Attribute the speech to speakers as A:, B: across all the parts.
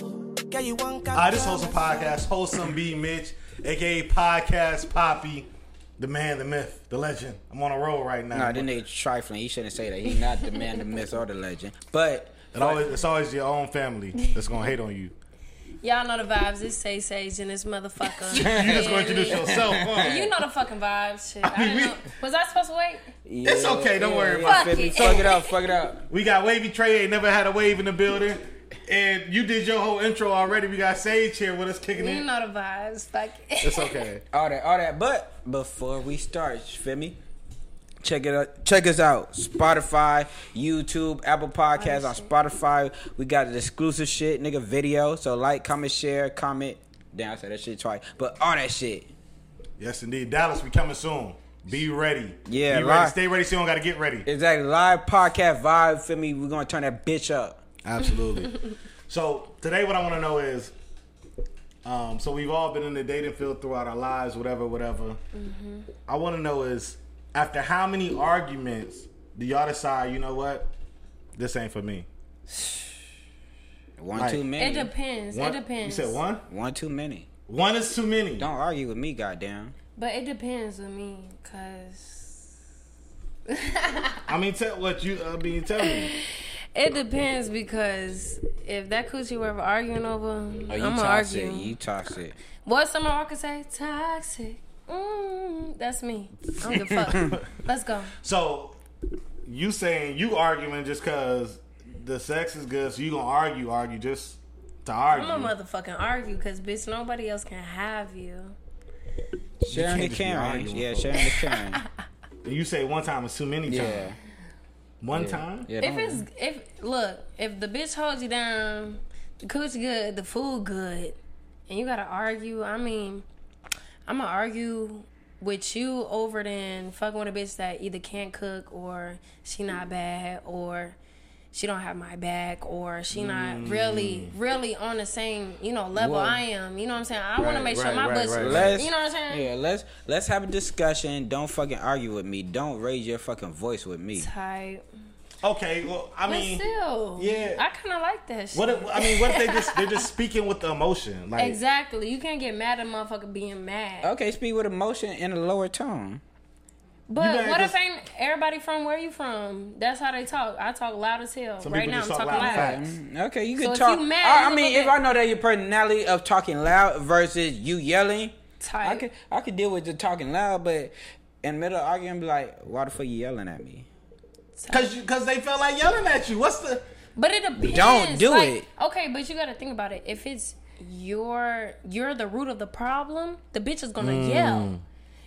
A: I just host a podcast, Wholesome B Mitch, aka Podcast Poppy, the man, the myth, the legend. I'm on a roll right now.
B: Nah, then they trifling. He shouldn't say that. He not the man, the myth, or the legend. But
A: It always, it's always your own family that's gonna hate on you.
C: Y'all know the vibes. It's Say Sage and this motherfucker.
A: You just gonna introduce yourself. huh?
C: You know the fucking vibes. Shit. I
A: mean,
C: didn't
A: we-
C: know. Was I supposed to wait?
A: It's okay, don't worry
C: about
B: feel
C: it.
B: me? Fuck it up. Fuck it up.
A: We got Wavy Trey ain't never had a wave in the building. And you did your whole intro already. We got Sage here with us kicking
C: You
A: in.
C: know the vibes. Fuck it.
A: It's okay.
B: All that, all that. But before we start, you feel me? Check it out. Check us out. Spotify, YouTube, Apple Podcasts on Spotify. We got the exclusive shit, nigga, video. So like, comment, share, comment. Damn, I said that shit twice. But all that shit.
A: Yes, indeed. Dallas, we coming soon. Be ready.
B: Yeah,
A: Be ready.
B: live.
A: Stay ready. So you don't gotta get ready.
B: Exactly. Live podcast vibe, feel me? We're gonna turn that bitch up.
A: Absolutely. so today, what I want to know is, um, so we've all been in the dating field throughout our lives, whatever, whatever.
C: Mm-hmm.
A: I want to know is, after how many arguments do y'all decide? You know what? This ain't for me.
B: One
A: Right.
B: too
C: It
B: many.
C: depends.
A: One,
C: it depends.
A: You said one.
B: One too many.
A: One is too many.
B: Don't argue with me, goddamn.
C: But it depends with me, cause
A: I mean, tell what you. I mean, tell me.
C: it depends because if that coochie were ever arguing over,
B: Oh,
C: I'm
B: you
C: gonna
B: toxic.
C: argue.
B: You toxic.
C: What someone I could say? Toxic. Mm, that's me. I don't give a fuck. Let's go.
A: So you saying you arguing just because the sex is good, so you gonna argue, argue just to argue.
C: I'm gonna motherfucking argue, cause bitch, nobody else can have you.
B: Sharon the
A: just be
B: Karen.
A: arguing,
B: Yeah,
A: folks.
B: Sharon the Karen.
A: And you say one time is too many
B: Yeah.
A: times. One time.
B: yeah
C: If
B: don't-
C: it's if look, if the bitch holds you down, the coochie good, the food good, and you gotta argue. I mean, I'm gonna argue with you over than fucking with a bitch that either can't cook or she
A: Mm.
C: not bad or she don't have my back or she
A: Mm.
C: not really really on the same you know level
B: Whoa.
C: I am. You know what I'm saying? I want
A: Right,
C: to make sure
A: right,
C: my
A: right,
C: bush.
A: right, right.
B: Let's,
C: You know what I'm saying?
B: Yeah, let's let's have a discussion. Don't fucking argue with me. Don't raise your fucking voice with me.
C: Type.
A: Okay. Well, I
C: But
A: mean,
C: still,
A: yeah.
C: I kind of like that. Shit.
A: what? If, I mean, what if they just they're just speaking with the emotion? Like, Uh,
C: Exactly. You can't get mad at a motherfucker being mad.
B: Okay, speak with emotion in a lower tone.
A: You
C: But
A: better
C: what
A: just-
C: if ain't everybody from where you from? That's how they talk. I talk loud as hell.
A: Some
C: right
A: people
C: now I'm
A: just
C: talking
A: talk loud.
C: loud.
A: Facts.
B: Okay, you
C: So
B: can
C: if
B: talk.
C: you mad,
B: I, I
C: you
B: mean,
C: look
B: if I
C: at-
B: know that your personality of talking loud versus you yelling, I
C: Type.
B: could I could deal with the talking loud, but in the middle of arguing, be like, why the fuck you yelling at me?
A: cause you, cause they felt like yelling at you. What's the?
C: But it depends.
B: Don't do
C: Like,
B: it.
C: Okay, but you gotta think about it. If it's your you're the root of the problem, the bitch is gonna
A: Mm.
C: yell.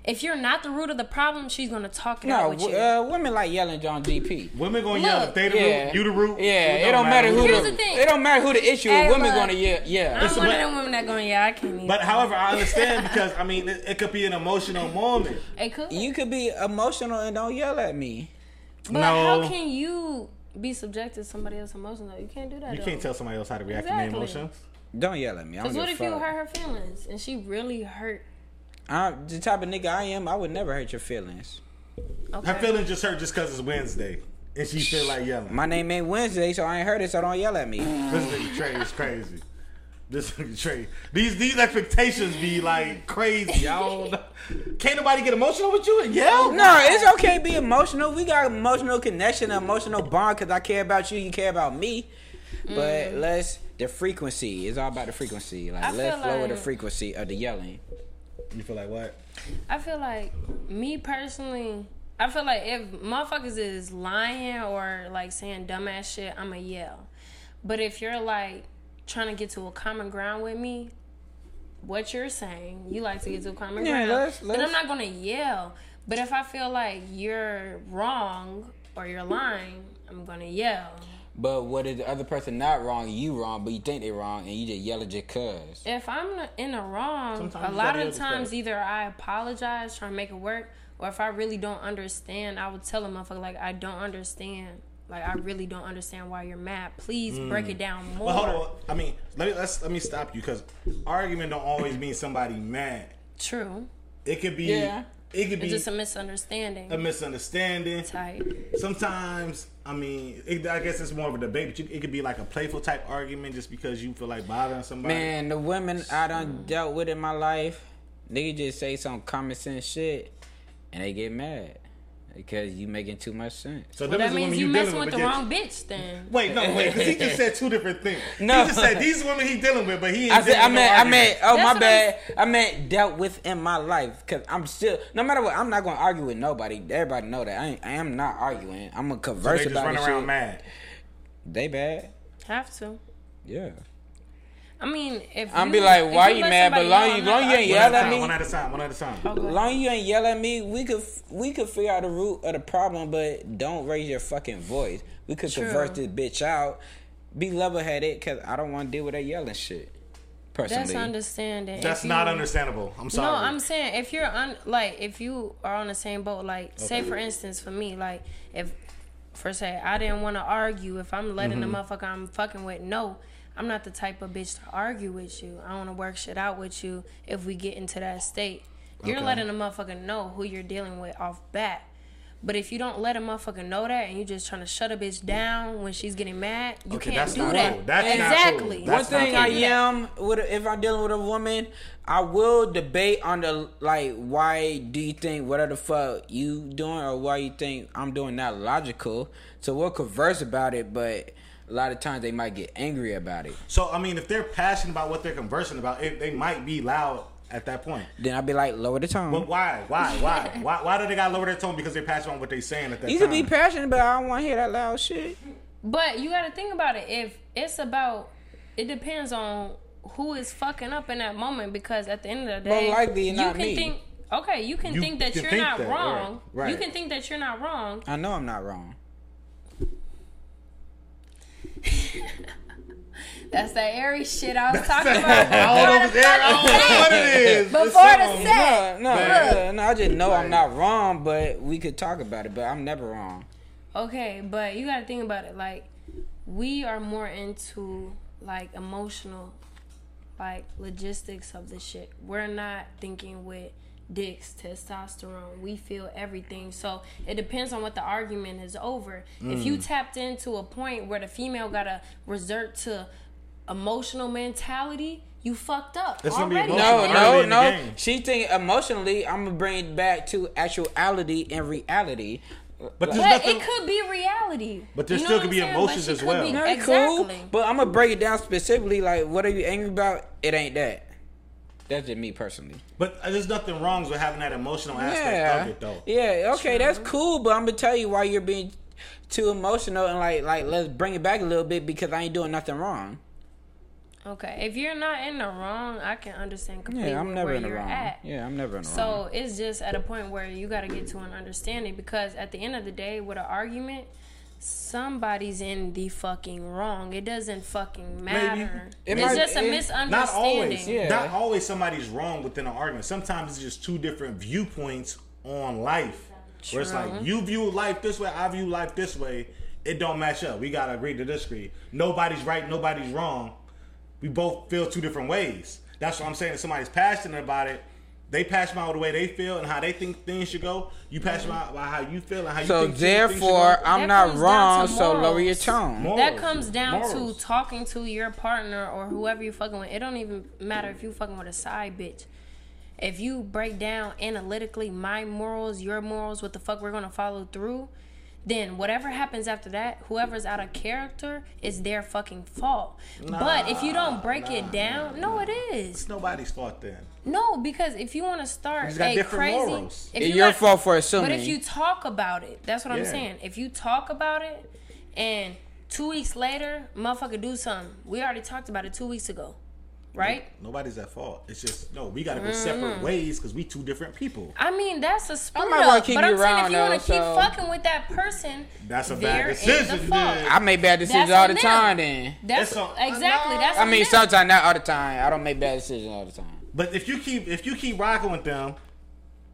C: If you're not the root of the problem, she's gonna talk it out
B: No,
C: with you.
B: uh, women like yelling John GP.
A: Women gonna
C: Look,
A: yell if they the
B: Yeah,
A: root, you the root.
B: Yeah, it don't matter who.
C: Here's
B: The,
C: the thing.
B: It don't matter who the issue.
C: Hey,
B: is. women
C: look.
B: gonna yell. Yeah,
C: I'm one
A: but-
C: of them women that gonna yell. I can't even.
A: But however, I understand because I mean, it, it could be an emotional moment.
C: it could.
B: you could be emotional and don't yell at me.
C: but
A: No.
C: how can you be subjected to somebody else's emotions? Though you can't do that.
A: You
C: though.
A: can't tell somebody else how to react to
C: Exactly.
A: their emotions.
B: Don't yell at me. I don't
C: Cause what
B: give
C: if
B: a
C: you
B: fuck.
C: hurt her feelings and she really hurt?
B: I'm the type of nigga I am. I would never hurt your feelings.
A: Her
C: Okay.
A: feelings just hurt just cause it's Wednesday, and she feel like yelling.
B: My name ain't Wednesday, so I ain't heard it. So don't yell at me.
A: This nigga Trey is crazy. This nigga Trey. These these expectations be like crazy. I don't know. Can't nobody get emotional with you and yell?
B: No, it's okay. to Be emotional. We got emotional connection, an emotional bond, cause I care about you. You care about me. But let's the frequency. It's all about the frequency. Like
C: Mm. I
B: let's
C: feel
B: lower the
C: like-
B: frequency of the yelling.
A: You feel like what?
C: I feel like me personally, I feel like if motherfuckers is lying or like saying dumbass shit, I'ma yell. But if you're like trying to get to a common ground with me, what you're saying, you like to get to a common
B: Yeah,
C: ground.
B: let's-
C: But
B: let's-
C: I'm not gonna yell. But if I feel like you're wrong or you're lying, I'm gonna yell.
B: But what if the other person not wrong? You wrong, but you think they wrong, and you just yell at just cause.
C: If I'm in the wrong,
A: Sometimes
C: a
A: you
C: lot
A: gotta
C: of
A: yell
C: times
A: back.
C: either I apologize, try to make it work, or if I really don't understand, I would tell a motherfucker like I don't understand. Like I really don't understand why you're mad. Please break it down more.
A: Well, Mm. hold on. I mean, let me let's let me stop you because argument don't always mean somebody mad.
C: True.
A: It could be
B: Yeah.
A: It could be
C: It's just a misunderstanding.
A: a misunderstanding.
C: Tight.
A: Sometimes, I mean, it, I guess it's more of a debate, but you, it could be like a playful type argument just because you feel like bothering somebody.
B: Man, the women I done dealt with in my life, nigga just say some common sense shit and they get mad because you making too much sense.
A: So
C: Well,
A: them
C: that
A: is the
C: means
A: women
C: you messing
A: dealing
C: with the
A: but yet-
C: wrong bitch then.
A: Wait, no, wait, because he just said two different things.
B: No.
A: He just said these women he dealing with, but he ain't
B: I said,
A: dealing
B: I
A: with no
B: meant, I
A: argument.
B: meant, oh
C: That's
B: my
C: what
B: bad, I meant dealt with in my life because I'm still, no matter what, I'm not gonna argue with nobody. Everybody know that I, ain't, I am not arguing. I'm gonna
A: They
B: converse
A: just
B: about
A: run
B: the
A: around
B: shit.
A: mad.
B: They bad,
C: Have to.
B: yeah.
C: I mean, if
B: I'm
C: you,
B: be like,
C: if
B: why you
C: let
B: mad? But
C: somebody
B: long
C: know,
B: you-
C: I'm not
B: long you
A: One
B: ain't Yeah,
A: at a
B: that
A: time,
B: mean-
A: one at a time, one at a time.
C: arguing.
B: Long you ain't yell at me, we could we could figure out the root of the problem, but don't raise your fucking voice. We could
C: True.
B: converse this bitch out. Be level headed, cause I don't want to deal with that yelling shit. Personally,
C: That's understanding. If
A: That's
C: you-
A: not understandable. I'm sorry.
C: No, I'm saying if you're on, like, if you are on the same boat, like, say for instance, for me, like, if for say I didn't want to argue, if I'm letting
A: Mm-hmm.
C: the motherfucker I'm fucking with know, I'm not the type of bitch to argue with you. I want to work shit out with you. If we get into that state, you're
A: Okay.
C: letting the motherfucker know who you're dealing with off bat. But if you don't let a motherfucker know that, and you just trying to shut a bitch down when she's getting mad, you
A: Okay,
C: can't
A: that's
C: do
A: not
C: that.
A: cool. That's not cool.
C: exactly.
A: That's
B: One thing
A: not
B: I
A: fair.
B: am with a- if I'm dealing with a woman, I will debate on the like why do you think whatever the fuck you doing or why you think I'm doing not logical. So we'll converse about it, but a lot of times they might get angry about it.
A: So I mean, if they're passionate about what they're conversing about, it, they might be loud at that point.
B: Then I'll be like, lower the tone.
A: But why? Why? Why? why? Why do they gotta lower their tone because they're passionate about what they're saying at that
B: you
A: time?
B: could be passionate, but I don't want to hear that loud shit.
C: But you got to think about it. If it's about, it depends on who is fucking up in that moment. Because at the end of the
B: But
C: day,
B: likely
C: you
B: not
C: can
B: me.
C: think. Okay, you can
A: You
C: think that
A: can
C: you're
A: think
C: not
A: that, right,
C: wrong. You
A: right.
C: can think that you're not wrong.
B: I know I'm not wrong.
C: That's that airy shit I was talking about.
A: I don't know
C: before the fucking set.
A: what it is. It's
C: Before the
A: something.
C: set.
B: No, no,
A: Man.
B: no, no, I just know I'm not wrong, but we could talk about it. But I'm never wrong.
C: Okay, but you got to think about it. Like, we are more into like emotional, like logistics of the shit. We're not thinking with dicks, testosterone. We feel everything. So it depends on what the argument is over. If
A: Mm.
C: you tapped into a point where the female gotta resort to emotional mentality, you fucked up
A: That's gonna be
C: already.
A: emotional. Early
B: No, no,
A: in the
B: no.
A: game.
B: She think emotionally. I'm gonna bring it back to actuality and reality.
A: But there's
C: But
A: nothing.
C: it could be reality.
A: But there
C: You know
A: still
C: what
A: could
C: I'm
A: be
C: saying? But
A: emotions
C: she
A: as
C: could
A: well.
C: be-
A: No,
B: Very
C: exactly.
B: cool. But I'm gonna break it down specifically. Like, what are you angry about? It ain't that. That's just me personally.
A: but there's nothing wrong with having that emotional aspect
B: Yeah.
A: of it, though.
B: Yeah. Okay, that's cool. But I'm gonna tell you why you're being too emotional and like, like, let's bring it back a little bit because I ain't doing nothing wrong.
C: Okay, if you're not in the wrong, I can understand completely
B: Yeah, I'm never
C: where
B: in the
C: you're
B: wrong.
C: at.
B: Yeah, I'm never in the wrong.
C: So it's just at a point where you got to get to an understanding because at the end of the day, with an argument, somebody's in the fucking wrong. It doesn't fucking matter.
B: It
C: it's
B: might-
C: just a
B: it-
A: Not
C: misunderstanding.
A: always.
B: Yeah.
A: Not always. Somebody's wrong within an argument. Sometimes it's just two different viewpoints on life. Where it's like you view life this way, I view life this way. It don't match up. We gotta agree to disagree. Nobody's right. Nobody's wrong. We both feel two different ways. That's what I'm saying. If somebody's passionate about it, they passionate about the way they feel and how they think things should go. You passionate about how you feel and how you
B: So,
A: think things should
B: therefore,
A: go.
B: I'm
C: That
B: not
C: comes down
B: wrong.
C: to
B: So lower your
C: morals.
B: tone.
A: Morals.
C: That comes down
A: Morals.
C: to talking to your partner or whoever you fucking with. It don't even matter if you fucking with a side bitch. If you break down analytically my morals, your morals, what the fuck we're gonna follow through, then whatever happens after that, whoever's out of character, is their fucking fault. but if you don't break it down, no, it is.
A: It's nobody's fault then.
C: No, because if you want to start
A: He's got
C: a
A: different
C: crazy,
A: morals.
C: if
B: It's
C: you
B: your
C: want-
B: fault for assuming.
C: But if you talk about it, that's what I'm
A: Yeah.
C: saying. If you talk about it, and two weeks later, motherfucker, do something. We already talked about it two weeks ago, right?
A: Nobody's at fault. It's just no. We gotta go separate ways because we two different people.
C: I mean, that's a split
B: might wanna
C: up.
B: keep
C: but
B: you
C: I'm saying
B: around,
C: if you want to
B: though, so-
C: keep fucking with that person,
A: That's a bad
C: there is
A: decision,
C: The
A: dude.
C: fault.
B: I make bad decisions
C: That's
B: all the time.
C: on them.
B: Then
C: That's
A: It's on-
C: exactly. That's
B: I
C: on
B: mean,
C: them.
B: sometimes not all the time. I don't make bad decisions all the time.
A: But if you keep if you keep rocking with them,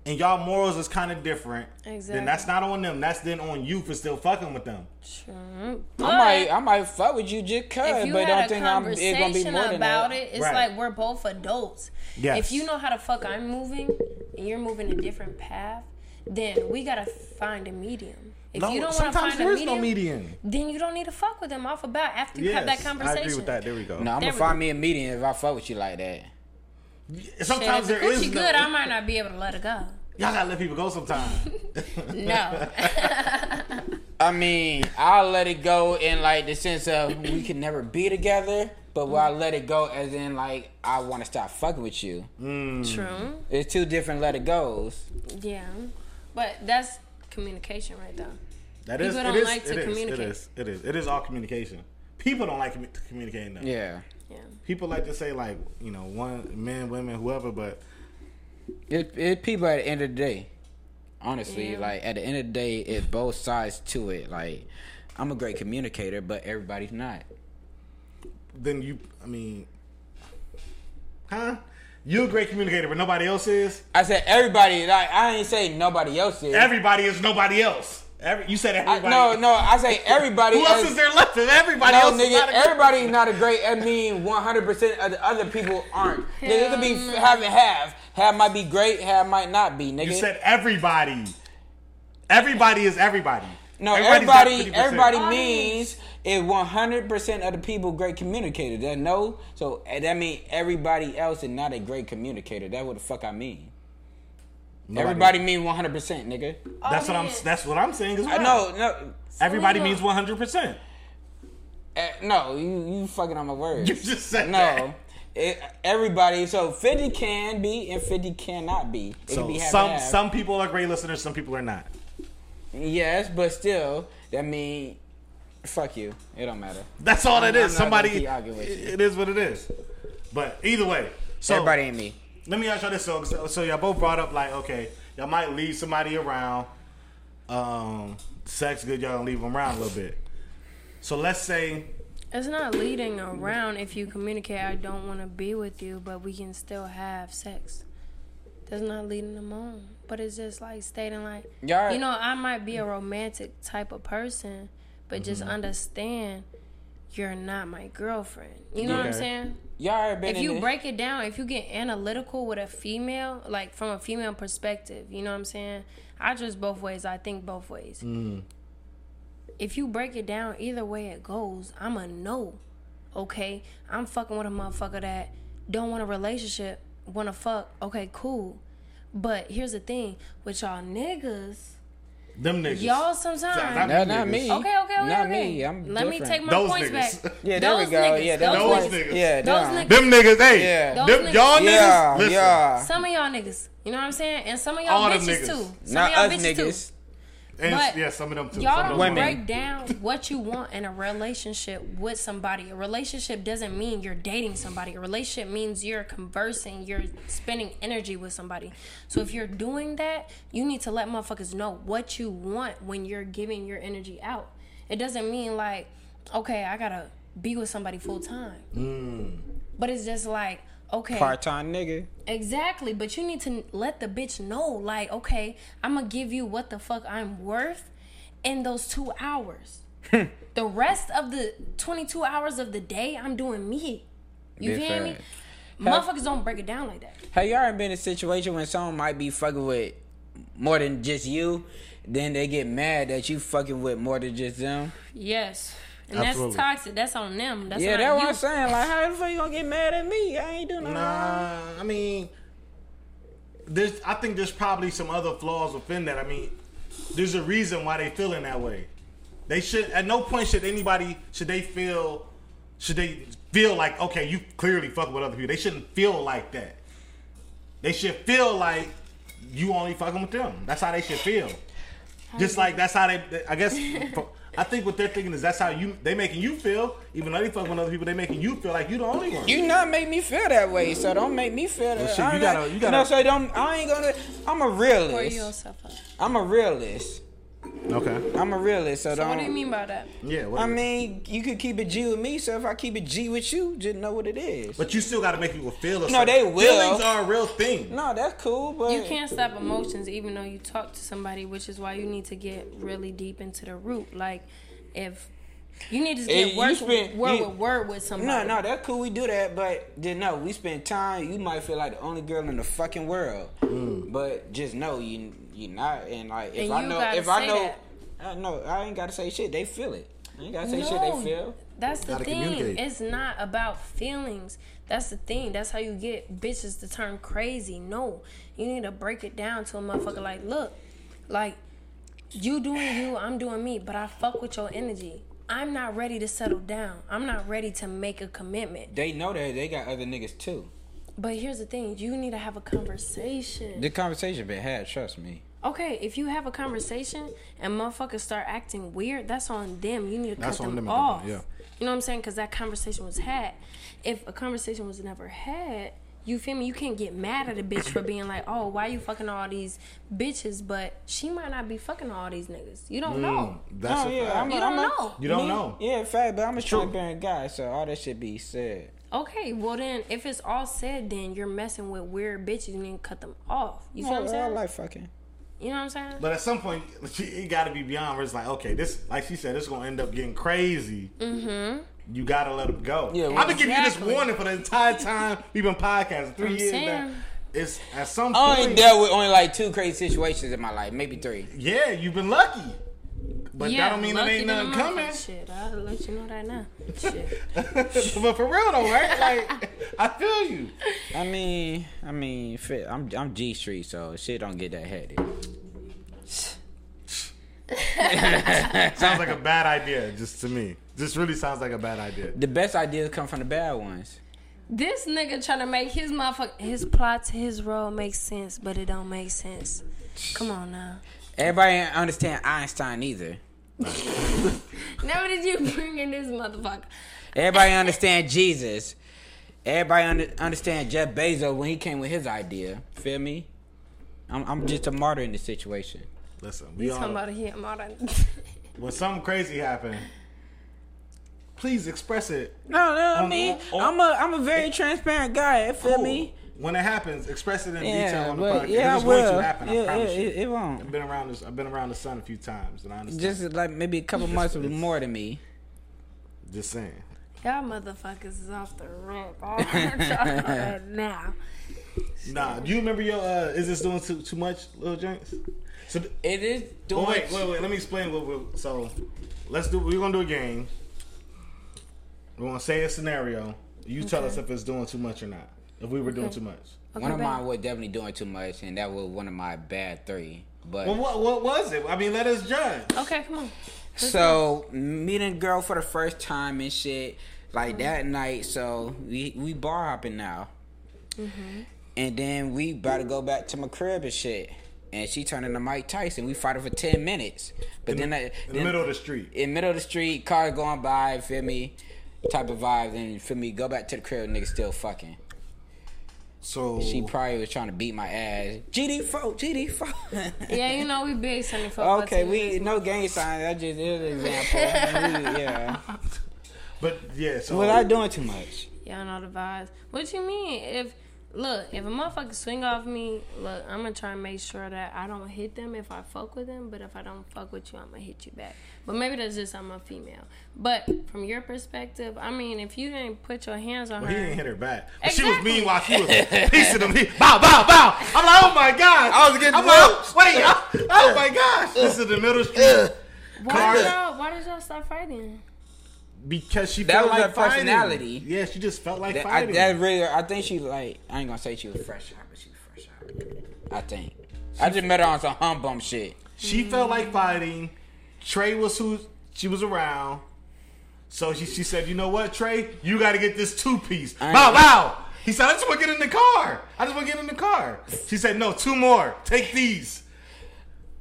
A: and y'all morals is kind of different,
C: Exactly.
A: then that's not on them. That's then on you for still fucking with them.
C: Sure.
B: I might,
C: But-
B: I might fuck with you just
A: Eh,
C: if
B: cause,
C: you
B: but
C: had
B: don't
C: a
B: think I'm
C: conversation
B: it's gonna be more than
C: about
B: that.
C: it, it's
A: Right.
C: like we're both adults.
A: Yes.
C: If you know how the fuck I'm moving, and you're moving a different path, then we gotta find a medium. If
A: No,
C: you don't want to
A: sometimes
C: find a
A: there is
C: medium,
A: no medium.
C: then you don't need to fuck with them off a bat after you have that conversation.
A: I agree with that. There we go.
B: No, I'm
C: There
B: gonna
C: we
B: find me a meeting if I fuck with you like that.
C: Shit, if
A: Sometimes
C: the
A: there is
C: coochie
A: no.
C: good, I might not be able to let it go.
A: Y'all gotta let people go sometime.
C: No.
B: I mean, I'll let it go in like the sense of we can never be together, but where I let it go as in like I want to stop fucking with you.
A: Mm.
C: True.
B: It's two different let it goes.
C: Yeah. But that's communication right there.
A: That is.
C: People
A: it
C: don't
A: is-
C: like to
A: it is,
C: communicate.
A: It is. It is. It is all communication. People don't like commu- to communicate though.
B: Yeah,
C: Yeah.
A: People like to say like you know one men women whoever but
B: it it people at the end of the day. Honestly,
C: Yeah.
B: like at the end of the day, it both sides to it. Like I'm a great communicator, but everybody's not.
A: then you I mean huh you a great communicator but nobody else is
B: I said everybody. Like I ain't say nobody else is.
A: everybody is nobody else Every, you said
B: I-
A: everybody
B: no, no, I say everybody.
A: who else
B: as-
A: is there left if everybody
B: No,
A: else is
B: nigga,
A: not a great-
B: everybody's not a great. I mean, one hundred percent of the other people aren't. Nigga, it could be
C: Hell no.
B: half and half. Half might be great, half might not be. Nigga,
A: you said everybody everybody is everybody
B: no.
A: Everybody's not
B: Everybody,
A: 50%.
B: everybody
C: Audience.
B: means is one hundred percent of the people great communicators. That no, so eh, that mean everybody else is not a great communicator. That what the fuck I mean.
A: Nobody.
B: Everybody mean one hundred percent, nigga.
A: that's what I'm
C: Audience.
A: that's what I'm saying as well.
B: I know, no.
A: everybody
C: Selena.
A: means 100%.
B: eh, no, you, you fucking on my words.
A: You just said
B: No.
A: that.
B: It, everybody, so 50 can be and 50 cannot be. It can
A: So
B: be half
A: some
B: and half.
A: some people are great listeners, some people are not.
B: Yes, but still, that mean, fuck you. It don't matter.
A: That's all it is.
B: I'm not gonna
A: Somebody.
B: keep arguing with you.
A: It is what it is. But either way, so
B: Everybody ain't me.
A: let me ask y'all this. So, so, so y'all both brought up like, okay, y'all might leave somebody around. Um, sex good, y'all leave them around a little bit. So let's say,
C: It's not leading around if you communicate, I don't want to be with you, but we can still have sex. That's not leading them on. But it's just like stating, like,
B: Y'all-
C: you know, I might be a romantic type of person, but just understand you're not my girlfriend. You know what I'm
A: Okay.
C: saying?
B: Y'all ever been
C: If
B: in
C: you
B: the-
C: break it down, if you get analytical with a female, like from a female perspective, you know what I'm saying? I just both ways. I think both ways.
B: Mm.
C: If you break it down, either way it goes, I'm a no. Okay, I'm fucking with a motherfucker that don't want a relationship, want to fuck. Okay, cool. But here's the thing with y'all niggas,
A: them niggas.
C: y'all sometimes.
B: No, not me.
C: Okay, okay, okay.
B: Not
C: okay.
B: me. I'm
C: Let me
B: different.
C: take my
A: Those
C: points
A: niggas.
C: back.
B: Yeah, there
C: Those
B: we go.
C: niggas,
B: yeah,
C: those
B: those
A: niggas.
B: niggas. Yeah,
C: Those
B: them.
C: niggas.
A: them niggas, hey,
B: Yeah.
C: Those
A: them,
C: niggas.
A: y'all niggas,
B: Yeah,
A: listen,
B: yeah.
C: Some of y'all niggas. You know what I'm saying? And some of y'all
A: All them
C: bitches
A: niggas.
C: too. Some
B: Not
C: of y'all
B: us
C: bitches
B: niggas.
C: too.
A: and
C: But
A: yeah, some of them too.
C: Y'all
A: some
C: don't
A: of them
B: women.
C: break down what you want in a relationship with somebody. A relationship doesn't mean you're dating somebody. A relationship means you're conversing, you're spending energy with somebody. So if you're doing that, you need to let motherfuckers know what you want when you're giving your energy out. It doesn't mean like, okay, I gotta be with somebody full time.
A: Mm.
C: But it's just like, okay,
B: Part time nigga.
C: Exactly, but you need to let the bitch know, like, okay, I'm gonna give you what the fuck I'm worth in those two hours.
B: Hmm.
C: the rest of the 22 hours of the day, I'm doing me. You
B: Big
C: hear me?
B: facts.
C: Motherfuckers don't break it down like that.
B: Have y'all ever been in a situation when someone might be fucking with more than just you? Then they get mad that you fucking with more than just them.
C: Yes. And
A: that's Absolutely.
C: that's toxic. That's on them. That's
B: yeah,
C: not
B: that's what
C: you.
B: I'm saying. Like, how the fuck you gonna get mad at me? I ain't doing no.
A: Nah, I mean, there's. I think there's probably some other flaws within that. I mean, there's a reason why they feeling that way. They should. At no point should anybody should they feel should they feel like okay, you clearly fuck with other people. They shouldn't feel like that. They should feel like you only fucking with them. That's how they should feel. Just like that's how they. I guess. I think what they're thinking is that's how you they making you feel. Even though they fucking with other people, they making you feel like you the only one.
B: You not make me feel that way, so don't make me feel that.
A: Well, shit,
B: I'm
A: you
B: not-
A: gotta- you gotta-
B: No, so don't. I ain't gonna. I'm a
C: Pour
B: realist.
C: yourself up.
B: I'm a realist.
A: okay.
B: I'm a realist. So,
C: So
B: don't.
C: what do you mean by that?
A: Yeah. What
B: I
A: is it?
B: mean, you could keep it G with me. So if I keep it G with you, just know what it is.
A: But you still got to make people feel. a
B: No,
A: certain-
B: they will.
A: Feelings are a real thing.
B: no, that's cool. But
C: You can't stop emotions even though you talk to somebody, which is why you need to get really deep into the root. Like if You need to
B: Hey,
C: get
B: you
C: word,
B: spent-
C: word
B: you-
C: with word with somebody.
B: No, no, that's cool. We do that, but then no, we spend time. You might feel like the only girl in the fucking world,
A: Mm.
B: but just know you you not. And like if
C: And
B: I
C: you
B: know,
C: gotta
B: if I
C: say
B: know,
C: that.
B: I know, I ain't gotta say shit. They feel it. I ain't gotta say shit. They feel.
C: That's the
A: Gotta
C: thing.
A: communicate.
C: It's not about feelings. That's the thing. That's how you get bitches to turn crazy. No, you need to break it down to a motherfucker. Like, look, like you doing you, I'm doing me, but I fuck with your energy. I'm not ready to settle down. I'm not ready to make a commitment.
B: They know that they got other niggas too.
C: But here's the thing: you need to have a conversation.
B: The conversation been had. Trust me.
C: Okay, if you have a conversation and motherfuckers start acting weird, that's on them. You need to
A: That's
C: cut
A: on
C: them,
A: them at that
C: off.
A: point, yeah.
C: You know what I'm saying? Because that conversation was had. If a conversation was never had, you feel me? You can't get mad at a bitch for being like, oh, why you fucking all these bitches? But she might not be fucking all these niggas. You don't know.
A: That's
B: Oh,
A: a
B: yeah,
A: fact.
B: I'm
C: You
B: a-
C: don't
B: I'm a-
C: know.
A: you don't
B: Me?
A: know.
B: Yeah, fact, but I'm a
A: True.
B: transparent guy, so all that should be said.
A: Mm.
C: Okay, well then, if it's all said, then you're messing with weird bitches. You need to cut them off. You see
B: I,
C: what I'm
B: I
C: saying?
B: like fucking.
C: you know what I'm saying?
A: But at some point, it got to be beyond where it's like, okay, this, like she said, this is gonna end up getting crazy. Mm-hmm. You gotta let them go.
B: Yeah,
A: I've been giving you this
C: exactly.
A: warning for the entire time we've been podcasting, 3
C: I'm
A: years
C: saying.
A: now. It's at some
B: I only
A: point.
B: dealt with only like two crazy situations in my life, maybe three.
A: yeah, you've been lucky, but that don't mean it
C: lucky
A: ain't
C: than a
A: nothing coming.
C: motherfucker. Shit, I'll let you know that now. Shit.
A: but for real though, right? Like, I feel you.
B: I mean, I mean, fit- I'm I'm G Street, so shit don't get that heady.
A: Sounds like a bad idea, just to me. This really sounds like a bad idea.
B: The best ideas come from the bad ones.
C: This nigga trying to make his motherfucker his plot to his role make sense, but it don't make sense. Come on now.
B: Everybody ain't understand Einstein either.
C: Never did you bring in this motherfucker.
B: Everybody understand Jesus. Everybody under, understand Jeff Bezos when he came with his idea. Feel me? I'm I'm just a martyr in this situation.
A: Listen,
C: You
A: we
C: talking
A: all
C: about here, modern?
A: when something crazy happened. Please express it.
B: No, no, I
A: Um,
B: mean,
A: um,
B: I'm a I'm a very transparent guy. Feel
A: Cool.
B: me?
A: When it happens, express it in detail
B: Yeah,
A: on the
B: but
A: podcast.
B: yeah, I
A: it's
B: will.
A: going to happen. I
B: yeah, yeah,
A: promise you.
B: it, it won't.
A: I've been around this. I've been around the sun a few times, and I understand. Just,
B: Just like maybe a couple months more than me.
A: saying.
C: Y'all motherfuckers is off the rip. All right now.
A: Nah, do you remember your? Uh, is this doing too too much, little drinks? So th-
B: It is
A: well,
B: doing.
A: wait, wait, wait. Let me explain what we. So let's do. We're gonna do a game. We're gonna say a scenario. You tell us if it's doing too much or not. If we were doing too much.
B: one of
C: Okay,
B: mine was definitely doing too much, and that was one of my bad three. But
A: Well, what what was it? I mean, let us judge.
C: Okay, come on.
B: so meeting a girl for the first time and shit like that night. So we we bar hopping now, Mm-hmm. and then we about to go back to my crib and shit. And she turned into Mike Tyson. We fought for ten minutes, but then I,
A: In the
B: then-
A: middle of the street.
B: in middle of the street, car going by, feel me, type of vibe. Then feel me, go back to the crib, nigga still fucking.
A: So
B: She probably was trying to beat my ass. GD four, GD four.
C: Yeah, you know we big seventy four.
B: Okay, we no gang sign. That just is an example. We- yeah.
A: but yeah. So
B: Well, I doing too much.
C: Y'all know the vibes. What you mean? If look, if a motherfucker swing off me, look, I'm gonna try and make sure that I don't hit them if I fuck with them. But if I don't fuck with you, I'm gonna hit you back. But maybe that's just I'm a female. But from your perspective, I mean, if you didn't put your hands on
A: He
C: her,
A: didn't hit her back. But She was
C: Exactly.
A: mean while she was piecing him. He, bow, bow, bow. I'm like, oh my god. I was getting I'm like, oh, wait. Oh, oh my gosh. This is the middle street.
C: why did
A: Cars.
C: y'all why did y'all start fighting?
A: Because she
B: That
A: felt
B: was
A: like
B: her
A: fighting.
B: personality.
A: Yeah, she just felt like
B: That, I,
A: fighting.
B: that really, I think she like. I ain't gonna say she was fresh out, but she was fresh out. I think. I just met her on some hum bum shit.
A: she felt like fighting. Trey was who she was around. So she, she said, you know what, Trey? You got to get this two piece.
B: I-
A: Bow, bow. He said, I just want to get in the car. I just want to get in the car. She said, no, two more. Take these.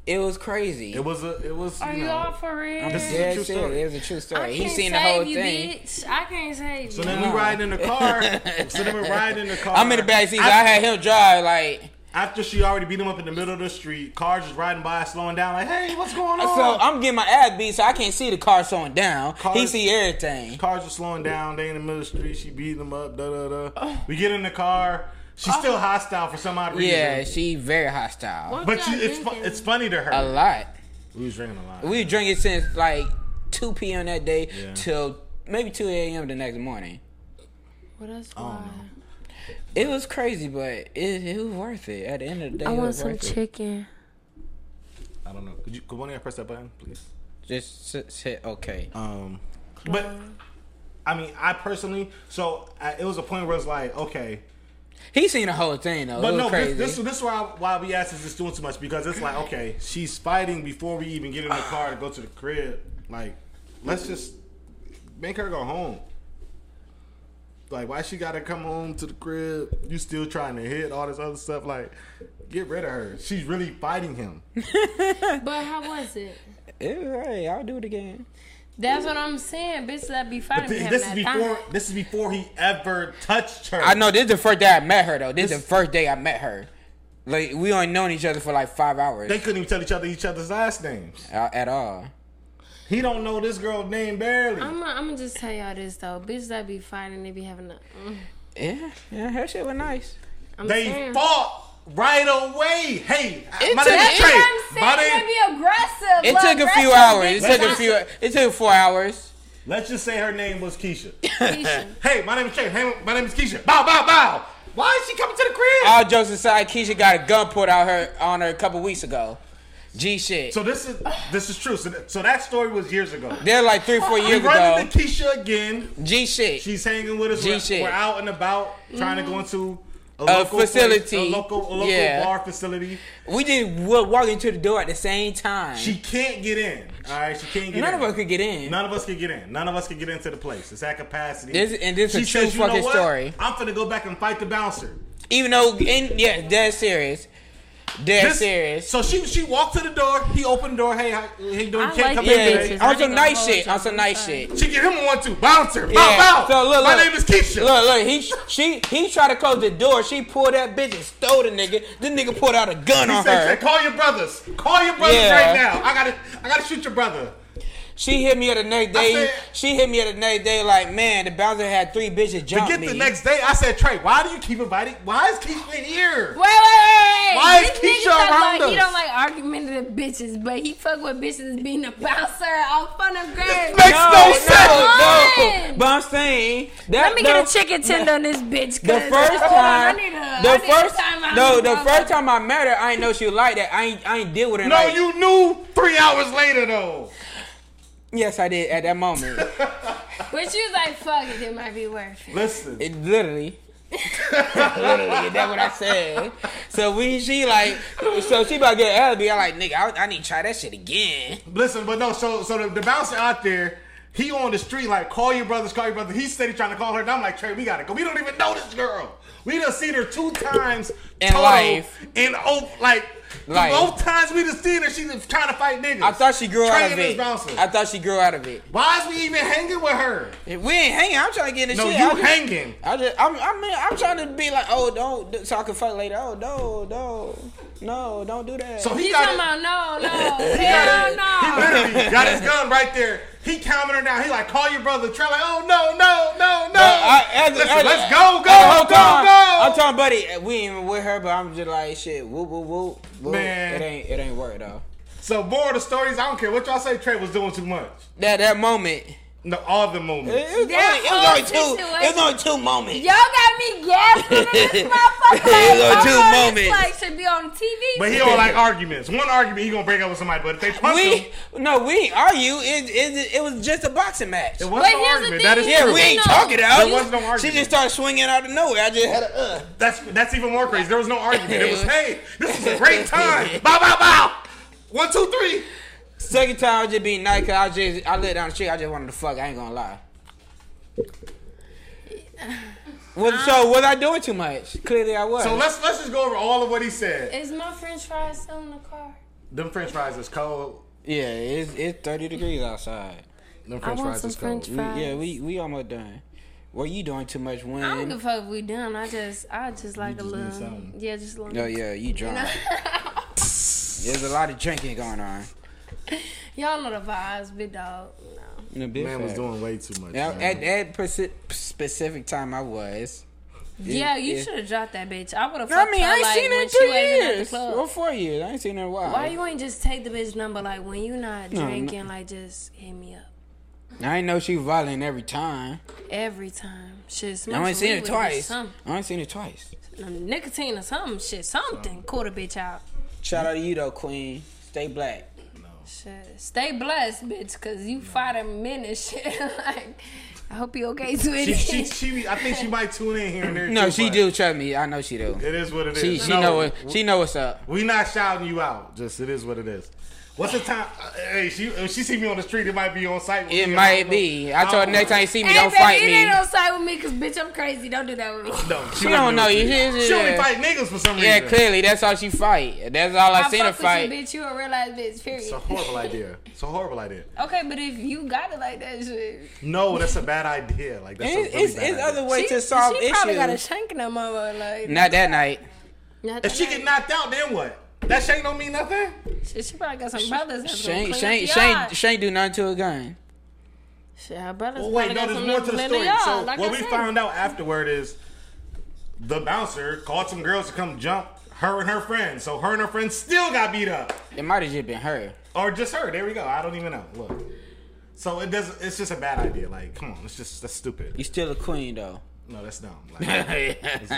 B: It was crazy.
A: It was a. It was.
C: Are
A: you
C: you,
A: know,
C: all for real?
B: I'm
A: This is a
B: dead
A: true
B: serious.
A: story.
B: It was a true
C: I
B: story.
C: can't
B: He seen
C: save
B: the whole
C: you,
B: thing.
C: bitch. I can't save
A: So
C: you.
A: then we ride in the car. so then we're riding in the car.
B: I'm in the back seat. but I
A: After,
B: had him drive like.
A: after she already beat him up in the middle of the street, cars just riding by, slowing down. Like, hey, what's going on?
B: So I'm getting my ass beat, so I can't see the car slowing down. he
A: Cars-
B: see everything.
A: cars are slowing down. They in the middle of the street. She beating them up. Da da
C: Oh.
A: da. We get in the car. She's still hostile for some odd reason.
B: Yeah, she very hostile.
C: What
A: But she,
C: y'all
A: it's fu-
C: thinking?
A: it's funny to
B: A
A: her.
B: lot.
A: We was drinking a lot.
B: We drinking since like 2 p.m. that day
A: Yeah.
B: till maybe 2 a.m. the next morning.
C: Well, that's
A: don't
C: why.
A: know.
B: It was crazy, but it, it was worth it. At the end of the day,
C: I
B: it
C: want
B: was
C: some
B: worth it.
C: chicken.
A: I don't know. Could you could one of you press that button, please?
B: Just sit, sit okay.
A: Um, but I mean, I personally, so I, it was a point where it's like, okay,
B: He seen the whole thing though.
A: but
B: it was
A: no,
B: crazy.
A: this this, this is why why we asked is this doing too much because it's like, okay, she's fighting before we even get in the car to go to the crib. Like, let's just make her go home. Like, why she gotta come home to the crib? You still trying to hit all this other stuff? Like, get rid of her. She's really fighting him.
C: But how was it?
B: It was right. I'll do it again.
C: That's what I'm saying. Bitches that be fighting me
A: Th-
C: having
A: this is
C: that thigh.
A: before. This is before he ever touched her.
B: I know this is the first day I met her though. This, is
A: This-
B: the first day I met her. Like we only known each other for like five hours
A: They couldn't even tell each other each other's last names.
B: uh, at all.
A: He don't know this girl's name barely.
C: I'm gonna I'm just tell y'all this though. Bitches that be fighting, they be having a. Mm.
B: Yeah, yeah, her shit was nice.
C: I'm
A: they
C: saying.
A: fought right away. Hey,
B: It
A: my
B: took-
A: name
C: That's
A: is
C: what
A: Trey.
C: I'm saying.
A: My name-
C: they be aggressive.
B: It
C: Look,
B: took a few
C: aggressive
B: hours. It
C: bitches
B: took a few. It took four hours.
A: Let's just say her name was Keisha.
C: Keisha.
A: hey, my name is Trey. Hey, my name is Keisha. Bow, bow, bow. Why is she coming to the crib?
B: All jokes aside, Keisha got a gun pulled out her on her a couple weeks ago. G shit.
A: so this is this is true. So, th- so that story was years ago.
B: They're like three, four
A: We
B: years
A: run
B: ago.
A: into Keisha again.
B: G shit.
A: She's hanging with us.
B: G
A: We're,
B: shit.
A: we're out and about trying to go into a, local place,
B: facility.
A: a local, a local
B: Yeah.
A: bar facility.
B: We did wa- walk into the door at the same time.
A: She can't get in. All right, she can't get
B: None
A: in.
B: of us could get in.
A: None of us could get in. None of us could get into the place. It's at capacity.
B: This- and this is a true
A: "You know
B: fucking
A: what?
B: story."
A: I'm finna go back and fight the bouncer.
B: Even though, in, yeah, dead serious. Dead
A: This-
B: serious.
A: So she she walked to the door. He opened the door. Hey, how, how you doing?
C: I
A: You can't
C: like
A: come
C: them
A: in
B: yeah,
A: today.
C: bitches.
B: on some
C: Nigga,
B: nice
C: hold
B: shit.
C: y'all.
B: On some nice
C: I'm sorry.
B: shit.
A: She give him one too. Bouncer. Bow,
B: Yeah.
A: bow.
B: So look,
A: My
B: look.
A: name is Keisha.
B: Look, look, he she he tried to close the door. She pulled that bitch and stole the nigga. The nigga pulled out a gun
A: he
B: on
A: said, "Say,
B: her.
A: call your brothers. Call your brothers
B: Yeah.
A: right now. I gotta I gotta shoot your brother.
B: She hit me at the next
A: I
B: day.
A: said-
B: she hit me at the next day like, man, the bouncer had three bitches
A: To
B: jump
A: get
B: me.
A: the next day, I said, Trey, why do you keep inviting? Why is Keisha in here?
C: Wait, wait, wait, wait.
A: Why is
C: This
A: Keisha
C: nigga talk
A: around
C: about He
A: us?
C: don't like argumentative bitches, but he fuck with bitches being a bouncer on fun of grand.
A: makes
B: no,
A: no
B: no,
A: sense.
B: no.
C: Come on.
B: But I'm saying that
C: Let me get a
B: the-
C: chicken tender on this bitch.
B: The
C: 'cause-
B: first
C: hold on, I
B: time,
C: need a- I
B: the
C: need a
B: first
C: timeout.
B: no, the first time I met her, I ain't know she was like that. I ain't, I ain't deal with her.
A: No,
B: like-
A: you knew three hours later though.
B: Yes, I did at that moment.
C: But she was like, fuck it, it might be worth it.
A: Listen,
B: It literally. literally, that's what I said. So we, she like, so she about to get Elby. I like, nigga, I, I need to try that shit again.
A: Listen, but no, so so the, the bouncer out there, he on the street like call your brothers, call your brother. He steady trying to call her, and I'm like Trey, we gotta go. We don't even know this girl. We done seen her two times
B: In
A: total,
B: life.
A: In oh, like,
B: Life.
A: both times we done seen her, she was trying to fight niggas.
B: I thought she grew
A: Trey
B: out of
A: and his
B: it.
A: bouncer.
B: I thought she grew out of it.
A: Why is we even hanging with her?
B: We ain't hanging. I'm trying to get in the
A: No,
B: shit.
A: you
B: I just,
A: hanging.
B: I just, I'm, I mean, I'm trying to be like, oh, don't, so I can fuck later. Oh, no, no, no, don't do that. Uh,
A: So he
C: You
A: got
C: talking
A: it.
C: about no, no,
A: got it. He
C: hell no.
A: literally got his gun right there. He calming her down. He like, call your brother. Trey like, oh no, no, no, no.
B: Uh, I- as-
A: Listen,
B: as-
A: let's go,
B: the whole
A: go, go,
B: time,
A: go.
B: I'm talking, buddy, we ain't even with her, but I'm just like, shit, whoop, whoop, whoop, whoop.
A: Man.
B: It ain't, it ain't work though.
A: So more of the stories, I don't care what y'all say. Trey was doing too much.
B: That, that moment.
A: No, all the
B: It
A: moments.
B: was, only,
C: That
B: it was only
C: whole
B: two. It was only two moments.
C: Y'all got me gasping in this motherfucker.
B: These are
C: Like,
B: two
C: oh,
B: moments.
C: This like should be on TV.
A: But he don't like arguments. One argument, he gonna break up with somebody. But if they punch him,
B: We no, we ain't argue. It, it, it was just a boxing match.
A: it
B: Yeah,
A: was
C: But
A: no
C: here's the
A: argument.
C: thing,
A: That is
C: you
A: true.
B: we ain't
C: No,
B: talking it out.
A: there was no
B: She
A: argument.
B: just started swinging out of nowhere. I just had a uh.
A: That's that's even more crazy. There was no argument. It was hey, this is a great time. Bow bow bow. One two three.
B: Second time I was just being nice. 'cause I was just I let down the shit. I just wanted to fuck. I ain't gonna lie. Was, so was I doing too much? Clearly I was.
A: So let's let's just go over all of what he said.
C: Is my French fries still in the car?
A: Them French fries is cold.
B: yeah, it's it's thirty degrees outside.
A: Them
C: I
A: French
C: want
A: fries
C: some
A: is cold.
C: French
B: We,
C: fries.
B: yeah, we we almost done. Were you doing too much when?
C: I don't give a fuck if we done. I just, I just like
A: just need
C: a little.
A: something.
C: Yeah, just a little.
B: No, Oh, yeah, you drunk. There's a lot of drinking going on.
C: Y'all know the vibes, big dog. No.
B: No, big
A: Man was
B: fact.
A: doing way too much.
B: Now,
A: man.
B: at that persi- specific time, I was.
C: Yeah, you
B: yeah.
C: should have dropped that bitch. I would have.
B: I mean, I ain't
C: like,
B: seen her
C: when
B: in
C: she
B: three
C: wasn't at the
B: years
C: club.
B: or four years. I ain't seen her in a while.
C: Why you ain't just take the bitch number like when you not
B: No,
C: drinking? Like just hit me up.
B: I ain't know she violent every time.
C: Every time. Shit,
B: I
C: smoke
B: only
C: some
B: seen
C: weed
B: it
C: or
B: twice. I
C: something.
B: only seen it twice.
C: Um, Nicotine or something. Shit, something. Caught a bitch out.
B: Shout out to you though, Queen. Stay black.
C: Shit. Stay blessed, bitch, because you fight a minute. Shit. like, I hope you okay, sweetie.
A: She, she, she, be- I think she might tune in here and there.
B: No,
A: too,
B: she
A: but
B: do. Trust me, I know she do.
A: It is what it is.
B: She she
A: No,
B: know what she know what's up.
A: We not shouting you out. Just it is what it is. What's the time? uh, Hey, she if she see me on the street, it might be on site. with
B: It
A: me. I
B: might
A: don't
B: be.
A: know.
B: I told her
A: don't
B: next
A: know.
B: time you see me,
C: Hey,
B: don't
C: baby,
B: fight
C: it
B: me.
C: ain't on side with me, cause bitch, I'm crazy. Don't do that with me.
A: No, she
B: She
A: wouldn't
B: don't
A: do it
B: know
A: to
B: you.
A: She only fight niggas for some
B: Yeah,
A: reason.
B: clearly that's all she fight. That's all I,
C: I
B: seen her
C: fuck with you,
B: fight.
C: bitch. You a real ass bitch. Period.
A: It's a horrible idea. It's a horrible idea.
C: okay, but if you got it like that, shit.
A: No, that's a bad idea. Like that's
B: It's,
A: a really
B: it's,
A: bad
B: it's
A: idea.
B: other way
C: she,
B: to solve
C: she
B: issues.
C: probably got a shank in her mother. Like,
B: Not that night.
C: not
A: If she
C: that
A: get knocked out, then what? That shit don't mean nothing.
C: Shit, she probably got some brothers. that's
B: Shane
C: gonna clean
B: Shane
C: up
B: Shane
C: y'all.
B: Shane do nothing to a gun.
C: Shit, her brothers.
A: Well, wait,
C: probably
A: no,
C: got
A: there's
C: some
A: more to the
C: nothing
A: story.
C: y'all,
A: So
C: like
A: what
C: I
A: we
C: said.
A: found out afterward is the bouncer called some girls to come jump her and her friends. So her and her friends still got beat up,
B: It might have just been her.
A: or just her. There we go. I don't even know. Look. So it does. It's just a bad idea. Like, come on, it's just that's stupid.
B: You still a queen though.
A: No, that's dumb. Like,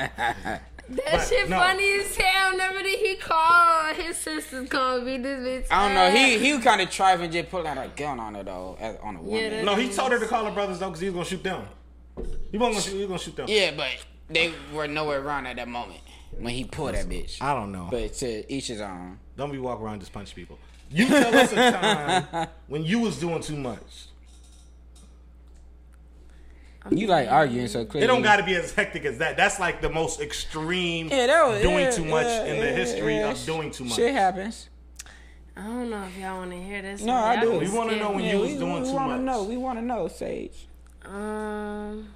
C: That
A: But,
C: shit
A: no.
C: funny as hell. Remember that he called his sister's gonna be this bitch.
B: I don't know.
C: ass.
B: He he kind of and just pulling out a gun on her though, as, on a woman.
C: that-
A: no, he told her to call her brothers though, because he was gonna shoot them. He wasn't gonna shoot. He was gonna shoot them.
B: Yeah, but they were nowhere around at that moment when he pulled that bitch.
A: I don't know.
B: But to each his own.
A: Don't be walking around just punch people. You tell us a time when you was doing too much.
B: You like arguing so clearly.
A: It don't got to be as hectic as that. That's like the most extreme
B: Yeah, that was-
A: doing
B: yeah,
A: too much
B: yeah,
A: in the
B: yeah,
A: history
B: yeah.
A: of doing too much.
B: Shit happens.
C: I don't know if y'all want to hear this.
B: No,
C: one.
B: I
C: Y'all
B: do.
C: can
B: We
A: wanna
C: skip.
A: know when
B: Yeah,
A: you
B: we,
A: was doing
B: we
A: too
B: wanna
A: much.
B: know. We want to know, Sage.
C: Um,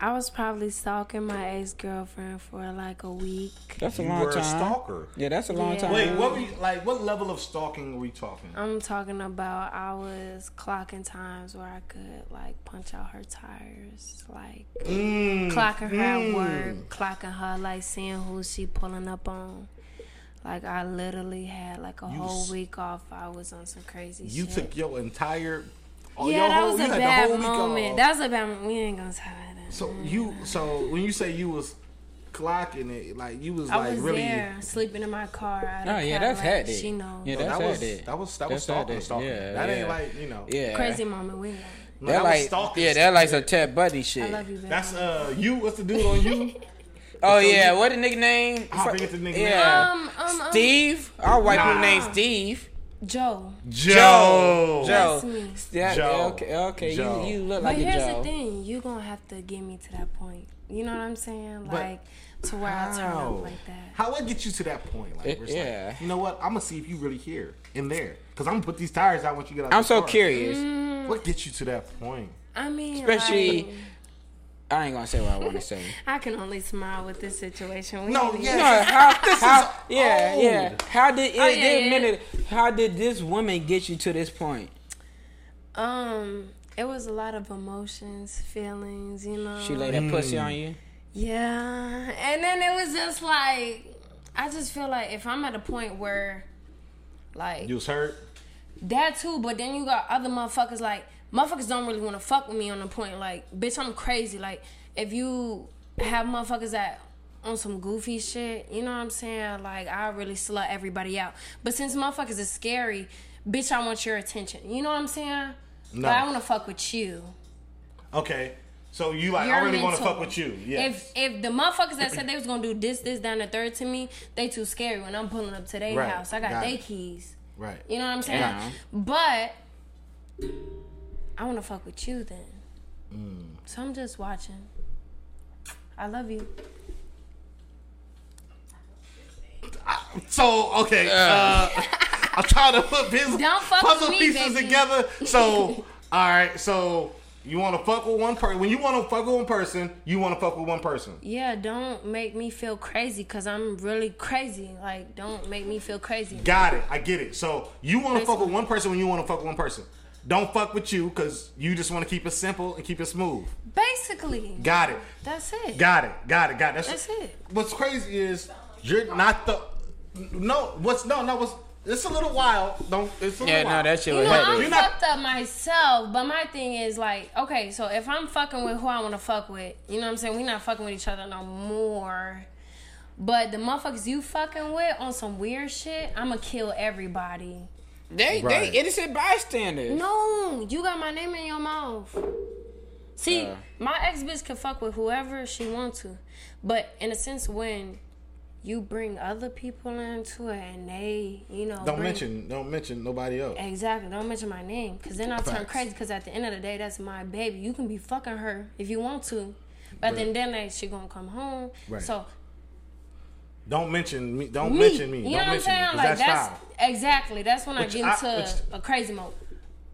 C: I was probably stalking my ex girlfriend for like a week.
B: That's a
A: You
B: long
A: were a
B: time.
A: stalker.
B: Yeah, that's a long
C: Yeah.
B: time.
A: Wait, what? We, like, what level of stalking are we talking?
C: I'm talking about I was clocking times where I could like punch out her tires, like
A: Mm,
C: clocking her
A: mm.
C: at work, clocking her, like seeing who she pulling up on. Like I literally had like a
A: You
C: whole
A: s-
C: week off. I was on some crazy
A: You
C: shit.
A: took your entire. oh,
C: yeah,
A: your
C: that
A: whole-
C: was
A: you
C: a
A: had the
C: bad
A: whole week
C: moment.
A: off.
C: That was a bad moment. We ain't gonna talk about that.
A: so you, so when you say you was clocking it, like you was
C: I
A: like
C: was
A: really.
C: there sleeping in my car. out of
B: Oh, yeah, that's
C: Cadillac.
B: hectic.
C: She knows.
B: Yeah,
A: So
B: That's
A: that,
B: how
A: was,
B: it is.
A: that was that was
B: That's how it
A: stalking.
B: is.
A: stalking.
B: Yeah,
A: that ain't
B: yeah.
A: like you know.
B: Yeah.
C: Crazy moment. We ain't.
A: no,
B: They're
A: that was
B: like,
A: stalking.
B: yeah, they're like some Ted Buddy shit.
C: I love you, baby.
A: That's uh, you. What's the dude on you?
B: Oh yeah, what a nigga name?
A: I forget the nigga name.
B: Yeah,
C: um, um, um,
B: Steve. Our white people
A: Nah.
B: name Steve.
C: Joe.
A: Joe.
B: Joe.
C: me.
B: Yeah,
A: Joe.
B: Okay. Okay.
A: Joe.
B: You you look
C: But
B: like a
C: here's
B: Joe.
C: the thing: you gonna have to get me to that point. You know what I'm saying?
A: But
C: Like to where I turn
A: How?
C: up like that.
A: How I get you to that point? Like, where it's
B: yeah.
A: like, you know what? I'm gonna see if you really here in there, cause I'm gonna put these tires out once you get out.
B: I'm
A: the
B: so
A: car.
B: curious.
A: What gets you to that point?
C: I mean,
B: Especially-
C: like,
B: I ain't gonna say what I want to say.
C: I can only smile with this situation. We
A: No,
C: need-
B: No,
A: yeah.
B: how, how, yeah,
A: old.
B: yeah. How did it,
C: Oh, yeah,
B: did
C: yeah.
B: minute, How did this woman get you to this point?
C: Um, it was a lot of emotions, feelings. You know.
B: She laid that pussy on you.
C: Yeah. And then it was just like I just feel like if I'm at a point where like
A: You was hurt.
C: that too, but then you got other motherfuckers like motherfuckers don't really wanna fuck with me on the point like bitch I'm crazy. Like if you have motherfuckers that on some goofy shit, you know what I'm saying? Like I really slut everybody out. But since motherfuckers is scary, bitch I want your attention. You know what I'm saying?
A: No.
C: But I wanna fuck with you.
A: Okay, so you like
C: You're
A: I really want to
C: mental.
A: fuck with you. Yes.
C: If if the motherfuckers that said they was gonna do this, this, down the third to me, they too scary when I'm pulling up to their
A: Right.
C: house. I got,
A: Got
C: they
A: it.
C: keys.
A: right.
C: You know what I'm saying?
B: Yeah.
C: But I wanna fuck with you then. So I'm just watching. I love you.
A: So okay, uh, I'm trying to put biz-
C: Don't fuck
A: puzzle
C: with me,
A: pieces
C: baby.
A: together. So all right, so you want to fuck with one person. When you want to fuck with one person, you want to fuck with one person.
C: Yeah, don't make me feel crazy because I'm really crazy. Like, don't make me feel crazy.
A: Got it. I get it. So you want to fuck with one person when you want to fuck with one person. Don't fuck with you because you just want to keep it simple and keep it smooth.
C: Basically,
A: Got it.
C: that's it.
A: Got it. Got it. Got it.
C: That's it.
A: What's crazy is you're not the no. What's no no. What's It's a little wild. Don't. It's a
B: Yeah,
A: little
B: no,
A: wild.
B: that shit
C: You
B: was
C: know,
B: hectic.
A: You're
C: I'm
A: not-
C: fucked up myself, but my thing is like, okay, so if I'm fucking with who I want to fuck with, you know what I'm saying? We're not fucking with each other no more. But the motherfuckers you fucking with on some weird shit, I'ma kill everybody.
B: They
A: Right.
B: they innocent bystanders.
C: No, you got my name in your mouth. See,
B: Yeah.
C: my ex bitch can fuck with whoever she wants to, but in a sense, when you bring other people into it and they, you know,
A: Don't
C: bring-
A: mention. Don't mention nobody else.
C: Exactly. Don't mention my name, cause then I'll turn
A: Facts.
C: crazy. Cause at the end of the day, that's my baby. You can be fucking her if you want to, but then then like, she gonna come home.
A: Right.
C: So
A: Don't mention me. Don't
C: me,
A: mention me.
C: you know
A: don't
C: what I'm
A: mention me.
C: saying?
A: 'cause
C: Like
A: that's,
C: that's,
A: foul.
C: exactly that's when
A: Which
C: I
A: I-
C: get into
A: which-
C: a crazy mode.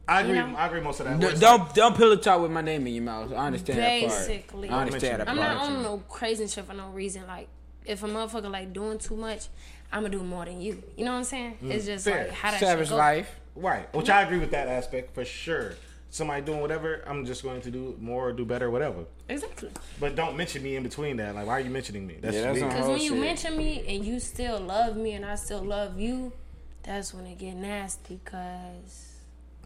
A: I agree.
C: you know?
A: I agree most of that.
B: D-
A: Where it's like,
B: don't don't pillow talk with my name in your mouth. I understand
C: Basically.
B: that part. I understand that
C: I'm
B: part.
C: not on no crazy shit for no reason. Like if a motherfucker like doing too much, I'ma do more than you. You know what I'm saying? It's just
A: Fair.
C: like how that
B: Mm. Savage
C: shit go.
B: life.
A: right. Which I agree with that aspect for sure. Somebody doing whatever, I'm just going to do more or do better, whatever.
C: Exactly.
B: Oh,
A: But don't mention me in between that. Like, why are you mentioning me? That's
B: Yeah, that's
A: weird.
B: on
C: Because
B: Oh,
C: when you
B: shit.
C: mention me and you still love me and I still love you, that's when it get nasty. Cause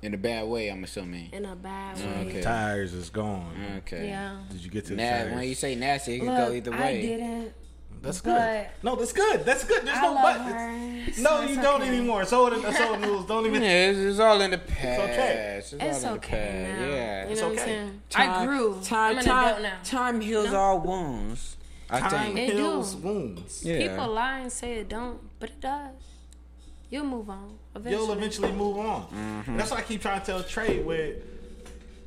B: In a bad way, I'm assuming.
C: in a bad way,
B: Mm, Okay.
A: Tires is gone.
B: Okay.
C: yeah.
A: Did you get to the
B: Now,
A: tires?
B: Mm. when you say nasty, it can
C: Look,
B: go either
C: I
B: way.
C: didn't.
A: That's good.
C: But-
A: No, that's good. That's good. There's
C: I
A: no
C: love
A: but.
C: her.
A: It's-
C: so
A: No,
C: it's
A: you don't
C: okay.
A: anymore. So it, that's all it is. Don't even.
B: Yeah, it's, it's all in the past.
A: okay.
B: It's,
C: It's
B: all in
C: okay
B: the past.
C: now.
B: Yeah.
C: you know what
A: okay.
C: I'm saying. I grew.
B: Time,
C: I'm an
B: time,
C: adult now.
B: Time heals all wounds. I
A: Time
B: think.
C: It
A: heals
C: do.
A: wounds.
B: Yeah.
C: People lie and say it don't, but it does. You'll move on eventually.
A: You'll eventually move on.
B: Mm-hmm.
A: That's why I keep trying to tell Trey with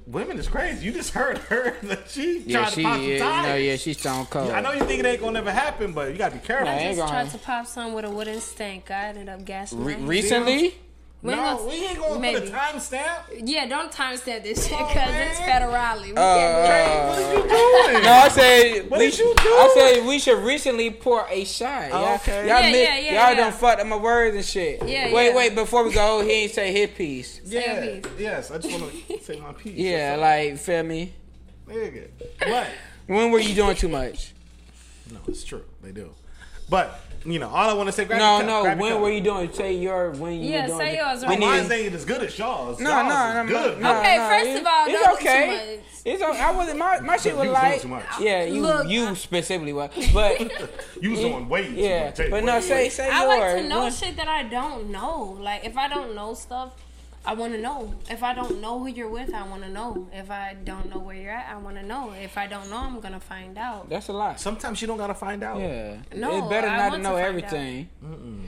A: women is crazy. You just heard her that she
B: Yeah,
A: tried
B: she,
A: to pop some
B: yeah,
A: tires.
B: no, yeah, she's stone cold.
A: I know you think it ain't gonna never happen, but you gotta be careful.
B: Nah, it
C: I
B: ain't
C: just
B: gonna-
C: tried to pop some with a wooden stake. I ended up gassing.
B: Re-
C: my hand.
B: recently,
C: We ain't
A: no,
C: gonna-
A: we ain't gonna put a
C: maybe.
A: timestamp.
C: Yeah, don't timestamp this shit because
A: man.
C: it's federally. We
B: Uh,
C: can't
A: What are you doing?
B: No, I said.
A: What
B: we,
A: did you do? Oh,
B: I said we should recently pour a shot. Y'all,
A: Okay.
B: Y'all,
C: Yeah,
B: mi-
C: yeah, yeah,
B: y'all
C: yeah.
B: done fucked up my words and shit.
C: Yeah,
B: wait,
C: yeah.
B: wait. Before we go, he ain't say his piece.
A: yeah,
C: Sam, please.
A: yes, I just wanna say my piece.
B: Yeah, like feel me.
A: nigga. What?
B: When were you doing too much?
A: No, it's true. They do. But you know, all I want to say. Grab your
B: No,
A: cup,
B: no.
A: grab your
B: When
A: cup.
B: were you doing? Say your when you
C: Yeah,
B: were doing.
C: say
B: it.
C: yours,
B: We
A: Oh,
C: right.
B: need-
A: mine's ain't as good as y'all's.
B: No,
A: Y'all's
B: no,
A: is
B: no,
A: good.
B: no,
C: Okay,
B: no,
C: first
B: it-
C: of all,
B: it's
C: don't do
B: okay.
C: too much.
B: It's okay. I wasn't. My, my shit was
A: You was doing
B: like,
A: too much.
B: yeah, you
C: Look,
B: you
C: I-
B: specifically was, but
A: You was doing way too
B: yeah,
A: much. Hey,
B: but
A: way,
B: no,
A: way,
B: say
A: way.
B: say
C: I
B: yours.
C: like to know
B: When-
C: shit that I don't know. Like if I don't know stuff, I want to know. If I don't know who you're with, I want to know. If I don't know where you're at, I want to know. If I don't know, I'm gonna find out.
B: That's a lot.
A: Sometimes you don't gotta find out.
B: Yeah,
C: No,
B: it's better
C: I
B: not to
C: want to
B: know
C: find out.
B: everything.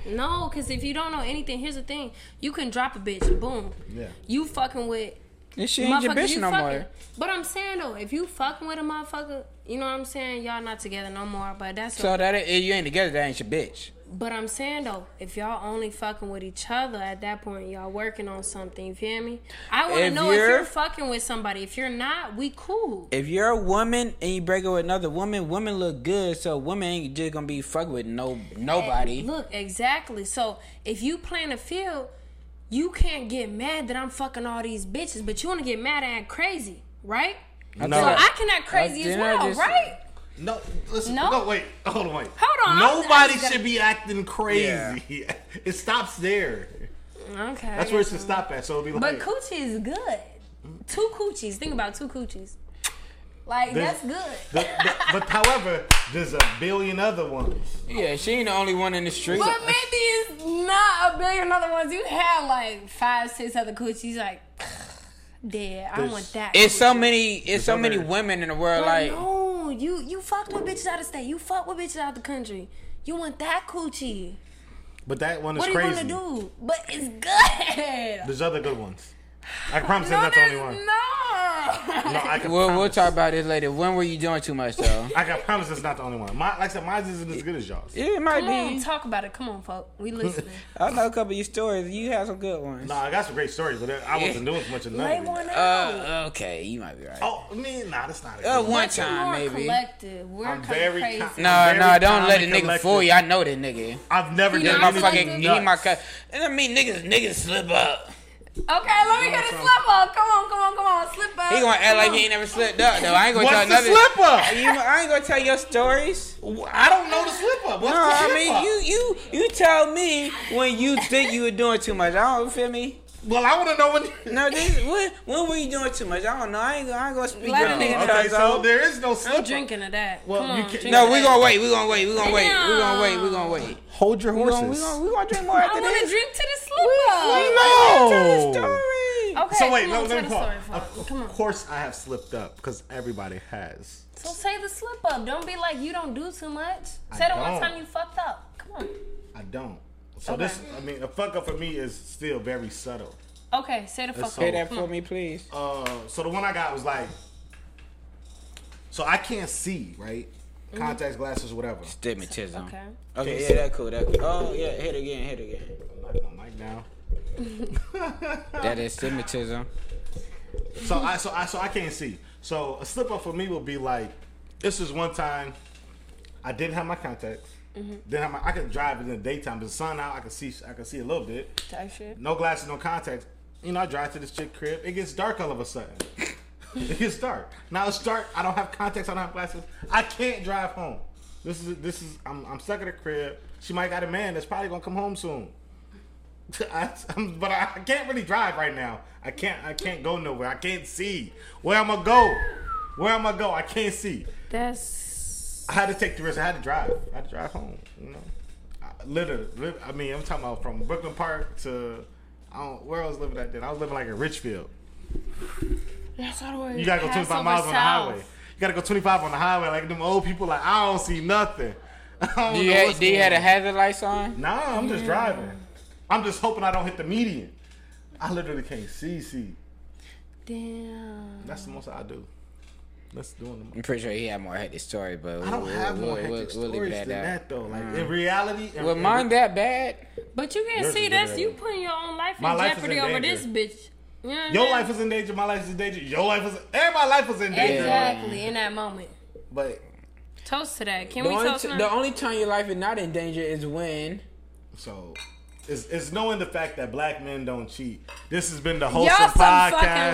C: No, because if you don't know anything, here's the thing: you can drop a bitch. Boom.
A: Yeah.
C: You fucking with
B: And she ain't your
C: motherfuckers
B: bitch
C: you
B: no
C: fucking.
B: more.
C: But I'm saying though, if you fucking with a motherfucker, you know what I'm saying? Y'all not together no more. But that's
B: So that ain't- if you ain't together, that ain't your bitch.
C: But I'm saying though, if y'all only fucking with each other at that point, y'all working on something. You feel me? I want to
B: If
C: know if
B: you're-
C: you're fucking with somebody. If you're not, we cool.
B: If you're a woman and you break up with another woman, women look good, so women ain't just gonna be fucking with no nobody.
C: Look, exactly. So if you playing a field, you can't get mad that I'm fucking all these bitches, but you want to get mad and act crazy, right?
A: No.
C: So I can act crazy as
B: did I
C: well,
B: just-
C: right?
A: No, listen. No.
C: No.
A: wait. Hold on, wait.
C: Hold on, I'm-
A: Nobody
C: I just
A: should be acting crazy. it stops there.
C: Okay.
A: That's where it should stop at. So it'll be
C: But
A: like.
C: coochie is good. Two coochies. Think about two coochies. Like
A: There's-
C: that's good.
A: But, but, but however, there's a billion other ones.
B: Yeah, she ain't the only one in the street.
C: But maybe it's not a billion other ones. You have like five, six other coochies. Like, dead. I want that.
B: It's
C: coochie.
B: so many. It's so many
A: other-
B: women in the world.
C: But
B: Like
C: no, you you fucked with bitches out of state. You fuck with bitches out the country. You want that coochie?
A: But that one is
C: What do you
A: crazy.
C: want to do? But it's good.
A: There's other good ones. I promise you,
C: no,
A: that's the only
C: there's
A: one.
C: no.
A: No, I can
B: we'll we'll
A: promise.
B: talk about this later. When were you doing too much though?
A: I can promise it's not the only one. My, like I said, mine isn't as good as y'all's.
B: Yeah, it might
C: Come on,
B: be.
C: talk about it. Come on, folk. We listening.
B: I know a couple of your stories. You have some good ones.
A: No, I got some great stories, but I wasn't doing much of
C: Lay
A: nothing.
C: one out.
B: Uh, okay, you might be right.
A: Oh, I mean, nah, that's not it.
B: Uh, one
C: But you're
B: time
C: more
B: maybe.
C: Collective. We're
A: I'm
C: kind
A: very
C: crazy.
A: con-
B: No,
A: Very
B: no, don't let a
A: calm and
B: nigga fool
A: collected.
B: you. I know that nigga.
A: I've never
C: You
A: done
C: know,
B: My
C: I'm
A: anything.
B: fucking,
C: like
B: he
A: nuts.
B: my cut. And I mean, niggas, niggas slip up.
C: Okay, let me hear the slip up. Come on, come on, come on, slip up.
B: He gonna act like he ain't never slipped up though. I ain't gonna
A: What's
B: tell
A: the
B: nothing.
A: slip up?
B: You know, I ain't gonna tell your stories.
A: I don't know the slip up. What's
B: no,
A: the
B: I
A: slip
B: mean
A: up?
B: you you you tell me when you think you were doing too much. I don't feel me.
A: Well, I want to know when.
B: No, this when when were you doing too much? I don't know. I ain't gonna I ain't gonna speak.
C: Let
B: on
C: a nigga
B: it.
C: know.
A: okay, so there is no slip
C: I'm
A: up.
C: drinking of that.
A: Well,
C: Come
A: you
C: on,
A: can't-
C: drink
B: No,
C: of
B: we
C: that.
B: gonna wait. We gonna wait. We gonna wait. We gonna wait. We gonna wait.
A: Hold your
B: We gonna we gonna we gonna drink more
C: I
B: after
C: want to
B: this.
C: drink to the slip up.
B: Tell the
A: no.
B: story.
C: Okay,
A: So wait,
C: come
A: no, let
C: on, tell
A: me
C: the
A: pause.
C: story for
A: Of
C: us. Come on.
A: course, I have slipped up because everybody has.
C: So say the slip up. Don't be like you don't do too much.
A: I
C: Say the one
A: don't.
C: time you fucked up. Come on.
A: I don't. So
C: Okay.
A: this, I mean, a fuck up for me is still very subtle.
C: Okay, say the fuck
A: all.
B: Say
C: up.
B: that for me, please.
A: Uh, so the one I got was like, so I can't see, right? Contacts, glasses, whatever.
B: Stigmatism.
C: Okay.
B: Okay. Yeah, that cool. That cool. Oh yeah, hit again. Hit again.
A: Knock my mic down.
B: That is stigmatism.
A: So I so I so I can't see. So a slip up for me would be like this is one time I didn't have my contacts. Didn't have my I could drive in the daytime, but the sun out I could see I could see a little bit.
C: Type shit.
A: No glasses, no contacts. You know, I drive to this chick crib. It gets dark all of a sudden. it gets dark. Now it's dark. I don't have contacts. I don't have glasses. I can't drive home. This is this is I'm I'm stuck at a crib. She might got a man that's probably gonna come home soon. I, am but I, I can't really drive right now. I can't I can't go nowhere. I can't see. Where am I go? Where am I go? I can't see.
C: That's.
A: I had to take the risk. I had to drive. I had to drive home. You know, I, literally, lit- I mean, I'm talking about from Brooklyn Park to I don't where I was living at then. I was living like in Richfield.
C: That's all the way.
A: You gotta go 25 miles on the highway. You gotta go 25 on the highway. Like them old people, like I don't see nothing. I don't know
B: Do you, ha-
A: what's
B: do you
A: going
B: have the
A: on.
B: hazard lights on?
A: Nah, I'm just driving. I'm just hoping I don't hit the median. I literally can't see. See,
C: Damn.
A: that's the most I do. That's doing the most.
B: I'm pretty sure he had more hectic story, but
A: I don't have more hectic stories than that though. Like in reality, in-
B: Was
A: in-
B: mine that bad?
C: But you can't
A: Yours
C: see
A: is
C: that's
A: better.
C: you putting your own life in
A: My life is
C: jeopardy
A: in
C: over
A: danger.
C: this bitch. You know what
A: Your
C: I'm
A: life is in danger. My life is in danger. Your life is. Everybody's life was in
C: saying?
A: danger.
C: Exactly in that moment.
A: But
C: Toast to that. Can
B: The
C: we
B: only,
C: toast
B: t-
C: now?
B: the only time your life is not in danger is when.
A: so, it's, it's knowing the fact that black men don't cheat. This has been the wholesome
C: Y'all some fucking
A: podcast.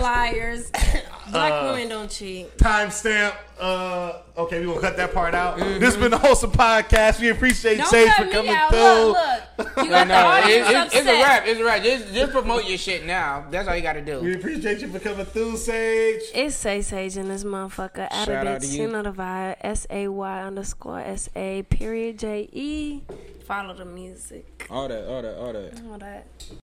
A: Uh,
C: liars. Black women don't cheat.
A: Timestamp. Uh, okay, we gonna cut that part out. This has been the wholesome podcast. We appreciate
C: Mm-hmm. Don't
A: Chase
C: cut
A: for
C: me
A: coming
C: out.
A: through.
C: Look, look. You
B: No,
C: got the
B: no, it,
C: audience
B: it's,
C: upset.
B: it's a wrap. It's a wrap. Just, just promote your shit now. That's all you got to do.
A: We appreciate you for coming through, Sage.
C: It's Say Sage in this motherfucker. Out
B: Shout
C: of
B: out to
C: bitch,
B: you.
C: you know the vibe. S A Y underscore S A period J E. Follow the music.
B: All that, all that, all that.
C: All that.